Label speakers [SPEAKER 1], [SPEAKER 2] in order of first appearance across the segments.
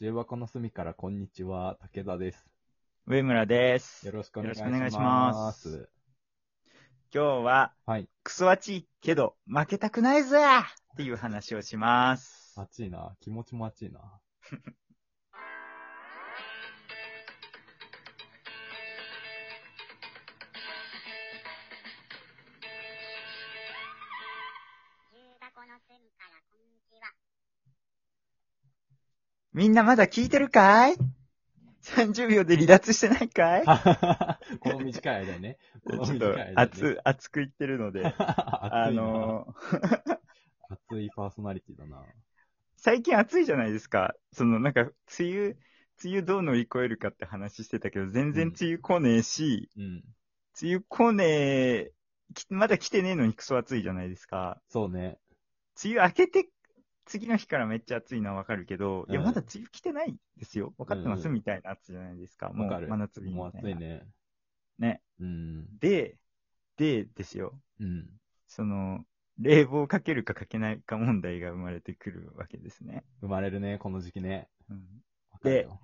[SPEAKER 1] 重箱の隅からこんにちは、武田です。
[SPEAKER 2] 上村です。
[SPEAKER 1] よろしくお願いし
[SPEAKER 2] よろしくお願
[SPEAKER 1] ま
[SPEAKER 2] い
[SPEAKER 1] す。
[SPEAKER 2] します今日は、
[SPEAKER 1] はい。
[SPEAKER 2] クソ暑いけど、負けたくないぜっていう話をします。
[SPEAKER 1] 暑いな。気持ちも暑 いな。
[SPEAKER 3] 重箱の隅からこんにちは。
[SPEAKER 2] みんなまだ聞いてるかい ?30 秒で離脱してないかい
[SPEAKER 1] この短い間にね。
[SPEAKER 2] ち
[SPEAKER 1] この
[SPEAKER 2] ょっ
[SPEAKER 1] 短
[SPEAKER 2] と
[SPEAKER 1] い間にね、
[SPEAKER 2] 熱、熱く言ってる ので。あ
[SPEAKER 1] 暑いな。
[SPEAKER 2] のー、
[SPEAKER 1] 熱いパーソナリティだな。
[SPEAKER 2] 最近暑いじゃないですか。そのなんか、梅雨、梅雨どう乗り越えるかって話してたけど、全然梅雨来ねえし、
[SPEAKER 1] うん。
[SPEAKER 2] 梅雨来ねえ、きまだ来てねえのにクソ暑いじゃないですか。
[SPEAKER 1] そうね。
[SPEAKER 2] 梅雨明けて、次の日からめっちゃ暑いのはわかるけど、いや、
[SPEAKER 1] うん
[SPEAKER 2] まだ梅雨来てないですよ。わかって
[SPEAKER 1] う
[SPEAKER 2] ま
[SPEAKER 1] ん
[SPEAKER 2] す、
[SPEAKER 1] うん
[SPEAKER 2] みたいな暑じゃないですか。も
[SPEAKER 1] わか
[SPEAKER 2] う
[SPEAKER 1] る。
[SPEAKER 2] 真夏日み
[SPEAKER 1] もう
[SPEAKER 2] たいな。
[SPEAKER 1] 暑いね。
[SPEAKER 2] ね。
[SPEAKER 1] うん。
[SPEAKER 2] で、で、ですよ。
[SPEAKER 1] うん。
[SPEAKER 2] その、冷房かけるかかけないか問題が生まれてくるわけですね。
[SPEAKER 1] 生まれるね、この時期ね。
[SPEAKER 2] うん、
[SPEAKER 1] わかるよ。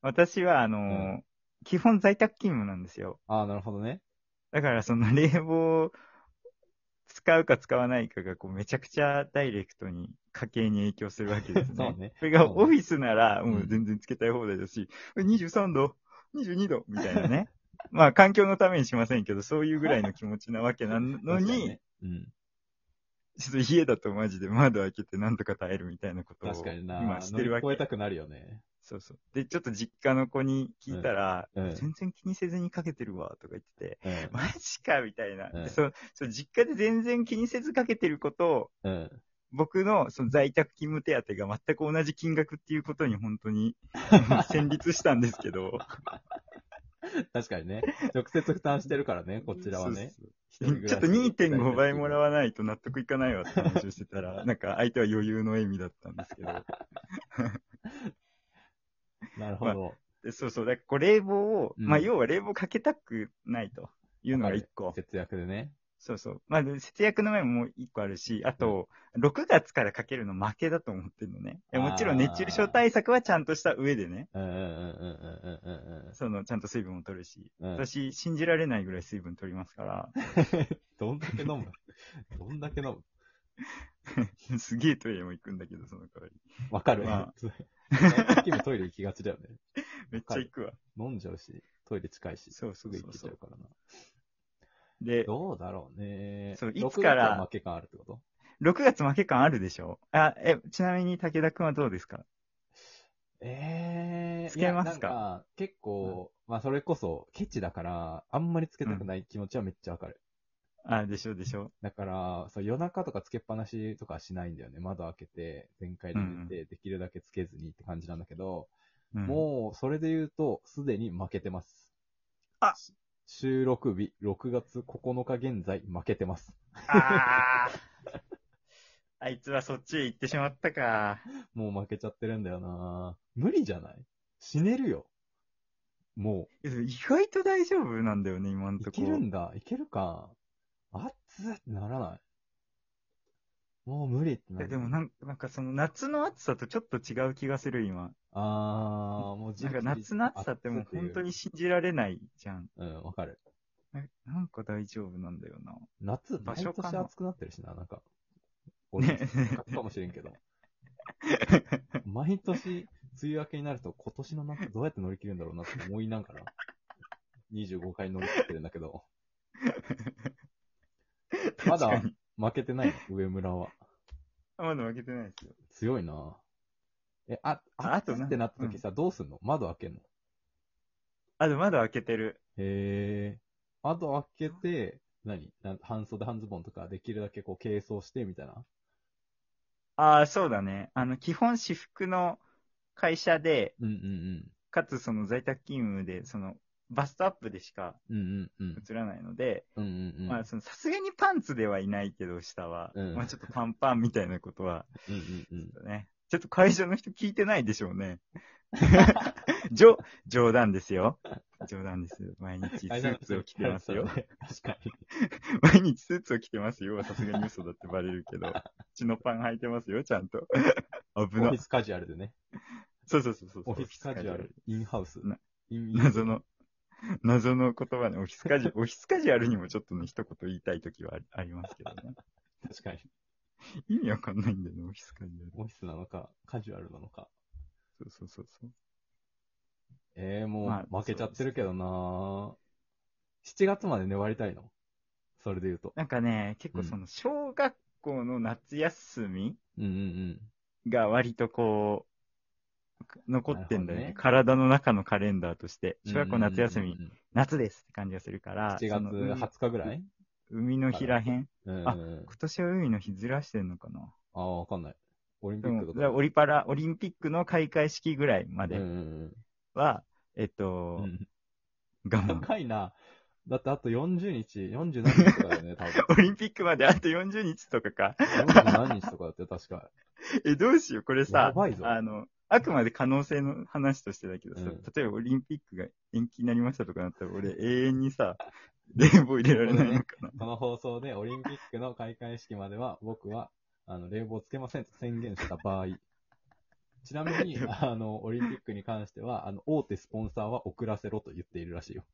[SPEAKER 2] 私は、あのー
[SPEAKER 1] う
[SPEAKER 2] 基本在宅勤務なんですよ。
[SPEAKER 1] ああ、なるほどね。
[SPEAKER 2] だから、その 冷房を使うか使わないかが、こう、めちゃくちゃダイレクトに家計に影響するわけです ね。
[SPEAKER 1] そうね。
[SPEAKER 2] それが
[SPEAKER 1] そうね
[SPEAKER 2] オフィスなら、
[SPEAKER 1] うん
[SPEAKER 2] もう全然つけたい放題だし、23度、22度、みたい なね。まあ、環境のためにしませんけど、そういうぐらいの気持ちなわけなの
[SPEAKER 1] 確か
[SPEAKER 2] に、
[SPEAKER 1] ね。うん。
[SPEAKER 2] ちょっと家だとマジで窓開けてなんとか耐えるみたいなことを
[SPEAKER 1] 確かにな。
[SPEAKER 2] 今してるわ
[SPEAKER 1] 乗り
[SPEAKER 2] け
[SPEAKER 1] 越え。たくなるよね。
[SPEAKER 2] そうそう。で、ちょっと実家の子に聞いたら、
[SPEAKER 1] うんうん
[SPEAKER 2] 全然気にせずにかけてるわ、とか言ってて、
[SPEAKER 1] う ん。
[SPEAKER 2] マジか、みたいな。
[SPEAKER 1] うん
[SPEAKER 2] でそうそう実家で全然気にせずかけてることを、
[SPEAKER 1] うん。
[SPEAKER 2] 僕のその在宅勤務手当が全く同じ金額っていうことに本 当に戦慄したんですけど。
[SPEAKER 1] 確かにね。直接負担してるからね、こちらはね。
[SPEAKER 2] そうそう。ちょっと2.5倍もら
[SPEAKER 1] わ
[SPEAKER 2] わないと納得いかないわって話をしてた ら、なんか相手は余裕の笑みだったんですけど。
[SPEAKER 1] なるほど。
[SPEAKER 2] でそうそう。だからこう冷房を、
[SPEAKER 1] うん
[SPEAKER 2] まあ要は冷房かけたくないというのが1個。
[SPEAKER 1] 節約でね。
[SPEAKER 2] そうそう。まあでも節約の面も1個あるし、あと、6月からかけるの負けだと思ってるのね。いやもちろん熱中症対策はちゃんとした上でね。
[SPEAKER 1] うんうんうんうんうんうんうん
[SPEAKER 2] その、ちゃんと水分も取るし。
[SPEAKER 1] うんうん。
[SPEAKER 2] 私、信じられないぐらい水分取りますか
[SPEAKER 1] どんだけ飲 むどんだけ飲む
[SPEAKER 2] ら、 すげえトイレも行くんだけど、その代わり。
[SPEAKER 1] わかる
[SPEAKER 2] ま
[SPEAKER 1] わ。最近もトイレ行きがちだよね。
[SPEAKER 2] めっちゃ行くわ。
[SPEAKER 1] 飲んじゃうし、トイレ近いし、
[SPEAKER 2] そう
[SPEAKER 1] す
[SPEAKER 2] そう
[SPEAKER 1] ぐ
[SPEAKER 2] そ
[SPEAKER 1] 行
[SPEAKER 2] う
[SPEAKER 1] けち
[SPEAKER 2] そ
[SPEAKER 1] ゃう
[SPEAKER 2] う。
[SPEAKER 1] からな。
[SPEAKER 2] で、
[SPEAKER 1] どうだろうね。
[SPEAKER 2] そういつから
[SPEAKER 1] 6月は負け感あるってこと
[SPEAKER 2] 6月負け感あるでしょあ、え、ちなみに武田くんはどうですか
[SPEAKER 1] ええー。
[SPEAKER 2] つけますか
[SPEAKER 1] いやなんか結構、まあそれこそ、ケチだから、あんまりつけたくない気持ちはめっちゃわかる。
[SPEAKER 2] あ、でしょでしょ
[SPEAKER 1] だから、そう夜中とかつけっぱなしとかはしないんだよね。窓開けて、全開で寝て、できるだけつけずにって感じなんだけど、
[SPEAKER 2] うん
[SPEAKER 1] もう、それで言うと、すでに負けてます。
[SPEAKER 2] あ
[SPEAKER 1] 収録日、6月9日現在、負けてます。
[SPEAKER 2] あ ーあいつはそっちへ行ってしまったか。
[SPEAKER 1] もう負けちゃってるんだよな無理じゃない死ねるよ。も
[SPEAKER 2] えでも意外と大丈夫なんだよね、今ん
[SPEAKER 1] う、い
[SPEAKER 2] と
[SPEAKER 1] け
[SPEAKER 2] こ。
[SPEAKER 1] るんだ、いけるか。熱ってならない。もう無理ってな
[SPEAKER 2] え
[SPEAKER 1] る。
[SPEAKER 2] でもなんなんかその夏の暑さとちょっと違う気がする、今。
[SPEAKER 1] あー、もう
[SPEAKER 2] なんか夏の暑さってもう本当に。信じられないじゃん。
[SPEAKER 1] うん、わかる。
[SPEAKER 2] ななんか大丈夫なんだよな。
[SPEAKER 1] 夏、
[SPEAKER 2] 場
[SPEAKER 1] 毎
[SPEAKER 2] 所かな
[SPEAKER 1] 年暑くなってるしな、なんか。俺、
[SPEAKER 2] ね
[SPEAKER 1] かもしれんけど。毎年、梅雨明けになると、今年の夏どうやって乗り切るんだろうなって思いながら、25回乗り切ってるんだけど、まだ
[SPEAKER 2] 確かに
[SPEAKER 1] 負けてないの、上村は。
[SPEAKER 2] まだ負けてないですよ。
[SPEAKER 1] 強いなえ、あ、
[SPEAKER 2] あ
[SPEAKER 1] あ
[SPEAKER 2] あと
[SPEAKER 1] と
[SPEAKER 2] な
[SPEAKER 1] ってなった時さ、どうすんの窓開けんの
[SPEAKER 2] あ、でも窓開けてる。
[SPEAKER 1] へえ。窓開けて、何なん半袖半ズボンとか、できるだけこう、軽装して、みたいな。
[SPEAKER 2] ああ、そうだね。あの、基本私服の会社で、
[SPEAKER 1] うんうん
[SPEAKER 2] かつその在宅勤務で、その、バストアップでしか
[SPEAKER 1] うん。うんうんうん。
[SPEAKER 2] 映らないので、
[SPEAKER 1] うんうんうん。
[SPEAKER 2] まあ、その、さすがにパンツではいないけど、下は。
[SPEAKER 1] うん
[SPEAKER 2] まあ、ちょっと短パンみたいなことは、
[SPEAKER 1] うんうんうん。
[SPEAKER 2] ね。ちょっと会社の人聞いてないでしょ うね。じょ、冗談ですよ。冗談です。毎日スーツを着てますよ。
[SPEAKER 1] 確かに。
[SPEAKER 2] 毎日スーツを着てますよ。さすがに嘘だっ てバレるけど。血のパン履いてますよ、ちゃんと。危
[SPEAKER 1] オ
[SPEAKER 2] な
[SPEAKER 1] フィ。スカジュアルでね。
[SPEAKER 2] そうそうそうそう。
[SPEAKER 1] オフィスカジュアル、インハウス
[SPEAKER 2] な、
[SPEAKER 1] インイン
[SPEAKER 2] 謎の、謎の言葉ね、オフィスカ ジュアル、オフィスカジュアルにもちょっとね、一言言いたいときはありありますけどね。
[SPEAKER 1] 確かに。
[SPEAKER 2] 意味わかんないんだよね、オフィスカジュアル。
[SPEAKER 1] オフィスなのか、カジュアルなのか。
[SPEAKER 2] そうそうそうそう。
[SPEAKER 1] ええも
[SPEAKER 2] ま
[SPEAKER 1] う
[SPEAKER 2] あ
[SPEAKER 1] 負けちゃってるけどな、7月まで粘りたいのそれで言うと。
[SPEAKER 2] なんかね、結構その、小学校の夏休み
[SPEAKER 1] うんうんうん。
[SPEAKER 2] が割とこう、残ってんだよ
[SPEAKER 1] なるほ
[SPEAKER 2] ね
[SPEAKER 1] どね
[SPEAKER 2] 体の中のカレンダーとして、小学校夏休み、
[SPEAKER 1] うんうんうん
[SPEAKER 2] 夏ですって感じがするから、その
[SPEAKER 1] 7月20日ぐらい
[SPEAKER 2] 海海の日らへん。
[SPEAKER 1] うんうん
[SPEAKER 2] あ
[SPEAKER 1] うん。
[SPEAKER 2] 今年は海の日ずらしてんのかな
[SPEAKER 1] ああ、わかんない。オリンピ
[SPEAKER 2] で
[SPEAKER 1] ック
[SPEAKER 2] も、
[SPEAKER 1] とか。
[SPEAKER 2] だからオリパラ、オリンピックの開会式ぐらいま
[SPEAKER 1] うん
[SPEAKER 2] で
[SPEAKER 1] うん
[SPEAKER 2] は、えっ
[SPEAKER 1] うん
[SPEAKER 2] と、
[SPEAKER 1] うん。
[SPEAKER 2] 我慢。
[SPEAKER 1] 高いな。だってあと40日、40何日とかだよね、多分。
[SPEAKER 2] オリンピックまであと40日とかか。
[SPEAKER 1] 40何日とかだって確 か。
[SPEAKER 2] え、どうしよう、これ
[SPEAKER 1] や
[SPEAKER 2] さ、
[SPEAKER 1] ばいぞ。
[SPEAKER 2] あの、あくまで可能性の話としてだけどさ、
[SPEAKER 1] うん
[SPEAKER 2] 例えばオリンピックが延期になりましたとかなったら、俺永遠にさ、冷房入れられないのかな。
[SPEAKER 1] この放送でオリンピックの開会式までは、僕は、あの、冷房つけませんと宣言した場合。ちなみ に、あの、オリンピックに関しては、あの、大手スポンサーは遅らせろと言っているらしいよ。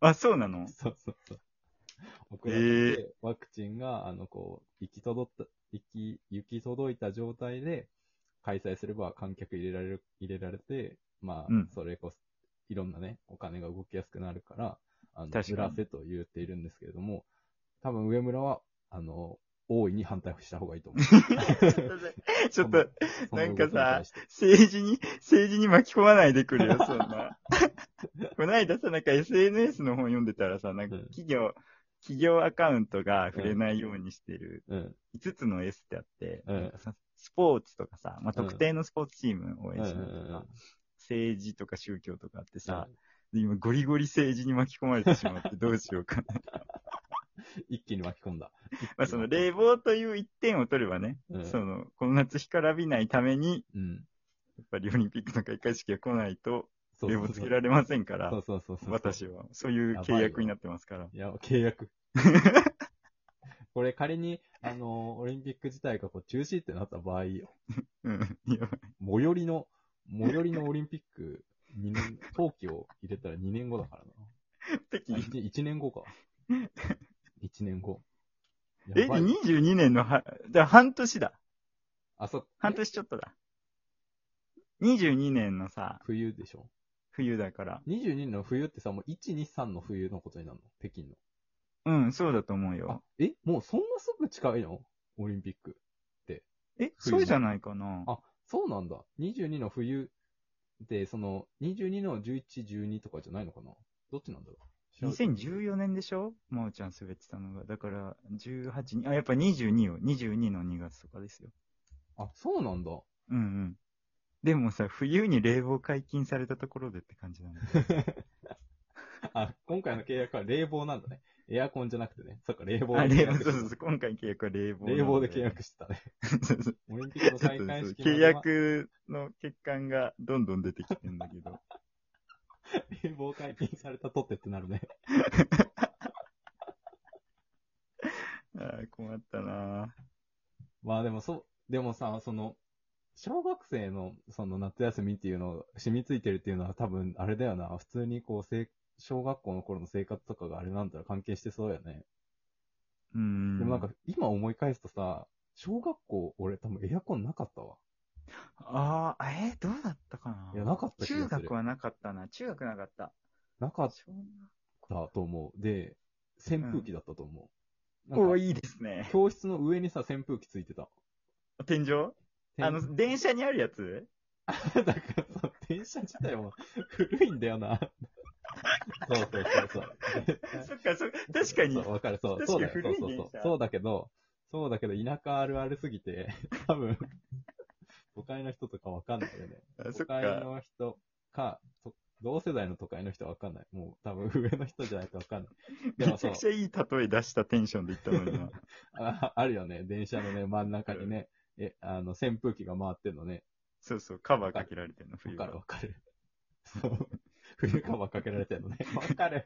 [SPEAKER 2] あ、そうなの
[SPEAKER 1] そうそうそう。遅らせて、ワクチンが、あの、こう、行き届った、行き、行き届いた状態で、開催すれば観客入れられる、入れられて、まあ、
[SPEAKER 2] うん
[SPEAKER 1] それこそ、いろんなね、お金が動きやすくなるから、あの、
[SPEAKER 2] 確かに
[SPEAKER 1] ずらせと言っているんですけれども、多分上村は、あの、大いに反対した方がいいと思 う。
[SPEAKER 2] ちょっと、
[SPEAKER 1] その
[SPEAKER 2] なんかさ、
[SPEAKER 1] その動きに対して
[SPEAKER 2] 政治に、政治に巻き込まないでくれよ、そんな。 こないださ、なんか SNS の本読んでたらさ、なんか
[SPEAKER 1] うん
[SPEAKER 2] 企業、企業アカウントが触れないようにしてる
[SPEAKER 1] うん、
[SPEAKER 2] 5つの S ってあって、
[SPEAKER 1] うん
[SPEAKER 2] なんかさスポーツとかさ、まあ、
[SPEAKER 1] うん
[SPEAKER 2] 特定のスポーツチームを
[SPEAKER 1] う
[SPEAKER 2] 応
[SPEAKER 1] ん、
[SPEAKER 2] 援
[SPEAKER 1] う
[SPEAKER 2] し
[SPEAKER 1] ん
[SPEAKER 2] る
[SPEAKER 1] う
[SPEAKER 2] と
[SPEAKER 1] ん
[SPEAKER 2] か、政治とか宗教とかあってさ、で今ゴリゴリ政治に巻き込まれてしまってどうしよう かな。
[SPEAKER 1] 一気に巻き込んだ。
[SPEAKER 2] まあその冷房という一点を取ればね、
[SPEAKER 1] うん
[SPEAKER 2] その、この夏干からびないために、
[SPEAKER 1] うん。
[SPEAKER 2] やっぱりオリンピックの開会式が来ないと、
[SPEAKER 1] そう
[SPEAKER 2] 冷
[SPEAKER 1] そう
[SPEAKER 2] 房
[SPEAKER 1] そう
[SPEAKER 2] つけられませんから
[SPEAKER 1] そ、うそうそうそう。
[SPEAKER 2] 私は。そういう契約になってますから。
[SPEAKER 1] いや、契約。 これ仮に、あのーオリンピック自体がこう中止ってなった場合、
[SPEAKER 2] うん。 いや、
[SPEAKER 1] 最寄りの、最寄りのオリンピック、二年、冬季を入れたら2年後だから
[SPEAKER 2] 適
[SPEAKER 1] な。あ一一年 後か。1年後。
[SPEAKER 2] え、
[SPEAKER 1] やばいわ
[SPEAKER 2] 22年のは、じゃあ半年だ。
[SPEAKER 1] あ、そう、
[SPEAKER 2] 半年ちょっとだ。22年のさ、
[SPEAKER 1] 冬でしょ。
[SPEAKER 2] 冬だから。
[SPEAKER 1] 22年の冬ってさ、もう1、2、3の冬のことになるの北京の。
[SPEAKER 2] うん、そうだと思う
[SPEAKER 1] あ
[SPEAKER 2] よ。、
[SPEAKER 1] え、もうそんなすぐ近いのオリンピック。
[SPEAKER 2] え、
[SPEAKER 1] 冬
[SPEAKER 2] そうじゃないかな。
[SPEAKER 1] あ、そうなんだ。22の冬で、その、22の11、12とかじゃないのかなどっちなんだろう調べてみる
[SPEAKER 2] 2014年でしょまおちゃん滑ってたのが。だから、18に、あ、やっぱ22よ。22の2月とかですよ。
[SPEAKER 1] あ、そうなんだ。
[SPEAKER 2] うんうん。でもさ、冬に冷房解禁されたところでって感じなんだ。
[SPEAKER 1] あ、今回の契約は冷房なんだね。エアコンじゃなくてね。そっか、冷房
[SPEAKER 2] あ、
[SPEAKER 1] で契
[SPEAKER 2] 冷房、
[SPEAKER 1] 約
[SPEAKER 2] そうそうそう。今回契約は冷房なの。
[SPEAKER 1] 冷房で契約してたね。
[SPEAKER 2] そうそう。
[SPEAKER 1] オリンピックの
[SPEAKER 2] ちょっ
[SPEAKER 1] 開
[SPEAKER 2] と
[SPEAKER 1] 会
[SPEAKER 2] そう
[SPEAKER 1] 式ま
[SPEAKER 2] 契
[SPEAKER 1] では
[SPEAKER 2] 約の欠陥がどんどん出てきてんだけど。
[SPEAKER 1] 冷房解禁されたとってってなるね。
[SPEAKER 2] あー困ったな
[SPEAKER 1] まあでもそう、でもさ、その、小学生のその夏休みっていうのが染みついてるっていうのは多分あれだよな。普通にこう、せい小学校の頃の生活とかがあれなんだら関係してそうよね。
[SPEAKER 2] うーん。
[SPEAKER 1] でもなんか、今思い返すとさ、小学校、俺多分エアコンなかったわ。
[SPEAKER 2] ああ、えーどうだったかない
[SPEAKER 1] や、なかった気がす
[SPEAKER 2] 中
[SPEAKER 1] る。
[SPEAKER 2] 学はなかったな。中学なかった。
[SPEAKER 1] なかっ
[SPEAKER 2] 小
[SPEAKER 1] たと思う。で、扇風機だったと思う。
[SPEAKER 2] 学校
[SPEAKER 1] なんか、
[SPEAKER 2] いいですね。
[SPEAKER 1] 教室の上にさ、扇風機ついてた。
[SPEAKER 2] 天井あの、電車にあるやつ
[SPEAKER 1] だからさ、電車自体も古いんだよな。そうそうそうそう。
[SPEAKER 2] そっか、そ、確かに
[SPEAKER 1] そう、。わかる、そう、
[SPEAKER 2] 確
[SPEAKER 1] そう
[SPEAKER 2] か
[SPEAKER 1] だ
[SPEAKER 2] に
[SPEAKER 1] よ、そ
[SPEAKER 2] 古
[SPEAKER 1] う
[SPEAKER 2] い
[SPEAKER 1] そう
[SPEAKER 2] 電
[SPEAKER 1] そ
[SPEAKER 2] 車
[SPEAKER 1] う。そうだけど、そうだけど、田舎あるあるすぎて、多分、 都会の人とかわかんないよね。
[SPEAKER 2] あ
[SPEAKER 1] 都
[SPEAKER 2] そっか
[SPEAKER 1] 会。の人か、と同世代の都会の人はわかんない。もう多分上の人じゃないとわ かんない。で
[SPEAKER 2] め
[SPEAKER 1] も
[SPEAKER 2] ち
[SPEAKER 1] そ
[SPEAKER 2] ゃ
[SPEAKER 1] う
[SPEAKER 2] く、ちゃいい例え出したテンションで言ったのに な。
[SPEAKER 1] ああるよね。電車のね、真ん中にね、え、あの、扇風機が回ってんのね。
[SPEAKER 2] そうそう、カバーかけられてるの、
[SPEAKER 1] わ
[SPEAKER 2] 冬
[SPEAKER 1] か
[SPEAKER 2] は
[SPEAKER 1] る。わかる。そう。冬カバーかけられてる のね。わかる。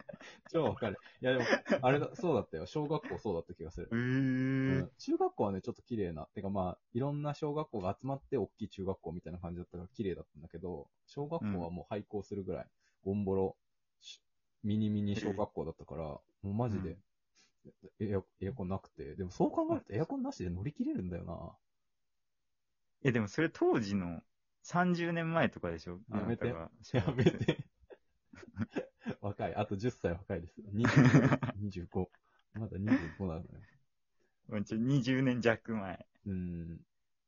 [SPEAKER 1] 超わかる。いやでも、あれだ、そうだったよ。小学校そうだった気がする。
[SPEAKER 2] う
[SPEAKER 1] う
[SPEAKER 2] ー
[SPEAKER 1] ん、中学校はね、ちょっと綺麗な。てかまあ、いろんな小学校が集まって、大きい中学校みたいな感じだったから綺麗だったんだけど、小学校はもう廃校するぐらい、ゴンボロ、しミニミニ小学校だったから、もうマジで、エアエアコンなくて。でもそう考えるとエアコンなしで乗り切れるんだよ
[SPEAKER 2] え、でもそれ当時の30年前とかでしょ
[SPEAKER 1] やめて
[SPEAKER 2] あなたが
[SPEAKER 1] な。やめて。 若い。あと10歳若いです。25。25まだ25なのよ。
[SPEAKER 2] もうちょ20年弱前。
[SPEAKER 1] うん。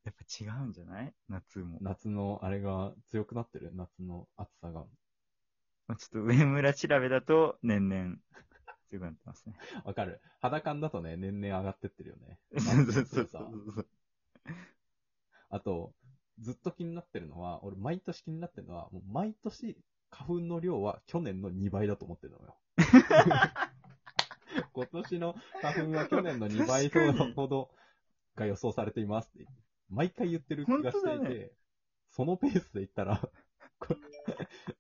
[SPEAKER 2] やっぱ違うんじゃない夏も。
[SPEAKER 1] 夏のあれが強くなってる夏の暑さが。
[SPEAKER 2] まあちょっと上村調べだと年々強くなってますね。。
[SPEAKER 1] わかる。肌感だとね、年々上がってってるよね
[SPEAKER 2] そう そう
[SPEAKER 1] 夏
[SPEAKER 2] そ
[SPEAKER 1] の
[SPEAKER 2] う
[SPEAKER 1] 暑
[SPEAKER 2] そ
[SPEAKER 1] さ
[SPEAKER 2] うそう。
[SPEAKER 1] あと、ずっと気になってるのは、俺毎年気になってるのは、もう毎年花粉の量は去年の2倍だと思ってるの よ。今年の花粉は去年の2倍
[SPEAKER 2] 確かに
[SPEAKER 1] ほどが予想されていますって、毎回言ってる気がしてい
[SPEAKER 2] 本当だ
[SPEAKER 1] て、そのペースで言ったら、これ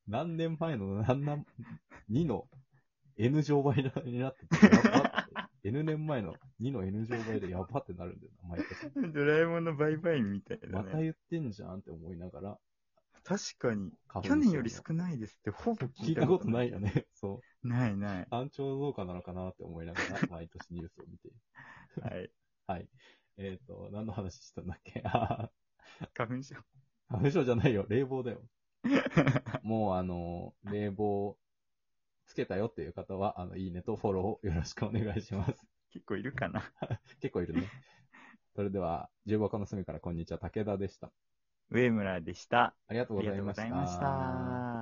[SPEAKER 1] 何年前の何な2の N 乗倍になってて、やばって。N 年前の2の N 乗倍でやばってなるんだよな、毎年。
[SPEAKER 2] ドラえもんのバイバイみたいだ
[SPEAKER 1] また
[SPEAKER 2] ね。
[SPEAKER 1] 言ってんじゃんって思いながら、
[SPEAKER 2] 確かに。
[SPEAKER 1] 花粉
[SPEAKER 2] 去
[SPEAKER 1] 症
[SPEAKER 2] 年より少ないですってほぼ
[SPEAKER 1] 聞いたことないよ。ね。 そ。。
[SPEAKER 2] ないないう
[SPEAKER 1] 単調増加なのかなって思いながら、 毎年ニュースを見ている。
[SPEAKER 2] はい。
[SPEAKER 1] はい。えっ、と、何の話したんだっけ あ
[SPEAKER 2] 花粉症。
[SPEAKER 1] ー花粉症じゃないよ。冷房だ よ。もう、あの、冷房つけたよっていう方は、あの、いいねとフォローをよろしくお願いします。
[SPEAKER 2] 結構いるかな。
[SPEAKER 1] 結構いるね。それでは、十五日の隅からこんにちは、武田でした。
[SPEAKER 2] 上村でした。
[SPEAKER 1] ありがとう
[SPEAKER 2] あ
[SPEAKER 1] ご
[SPEAKER 2] り
[SPEAKER 1] ざ
[SPEAKER 2] が
[SPEAKER 1] い
[SPEAKER 2] とうご
[SPEAKER 1] ました。
[SPEAKER 2] ざいました。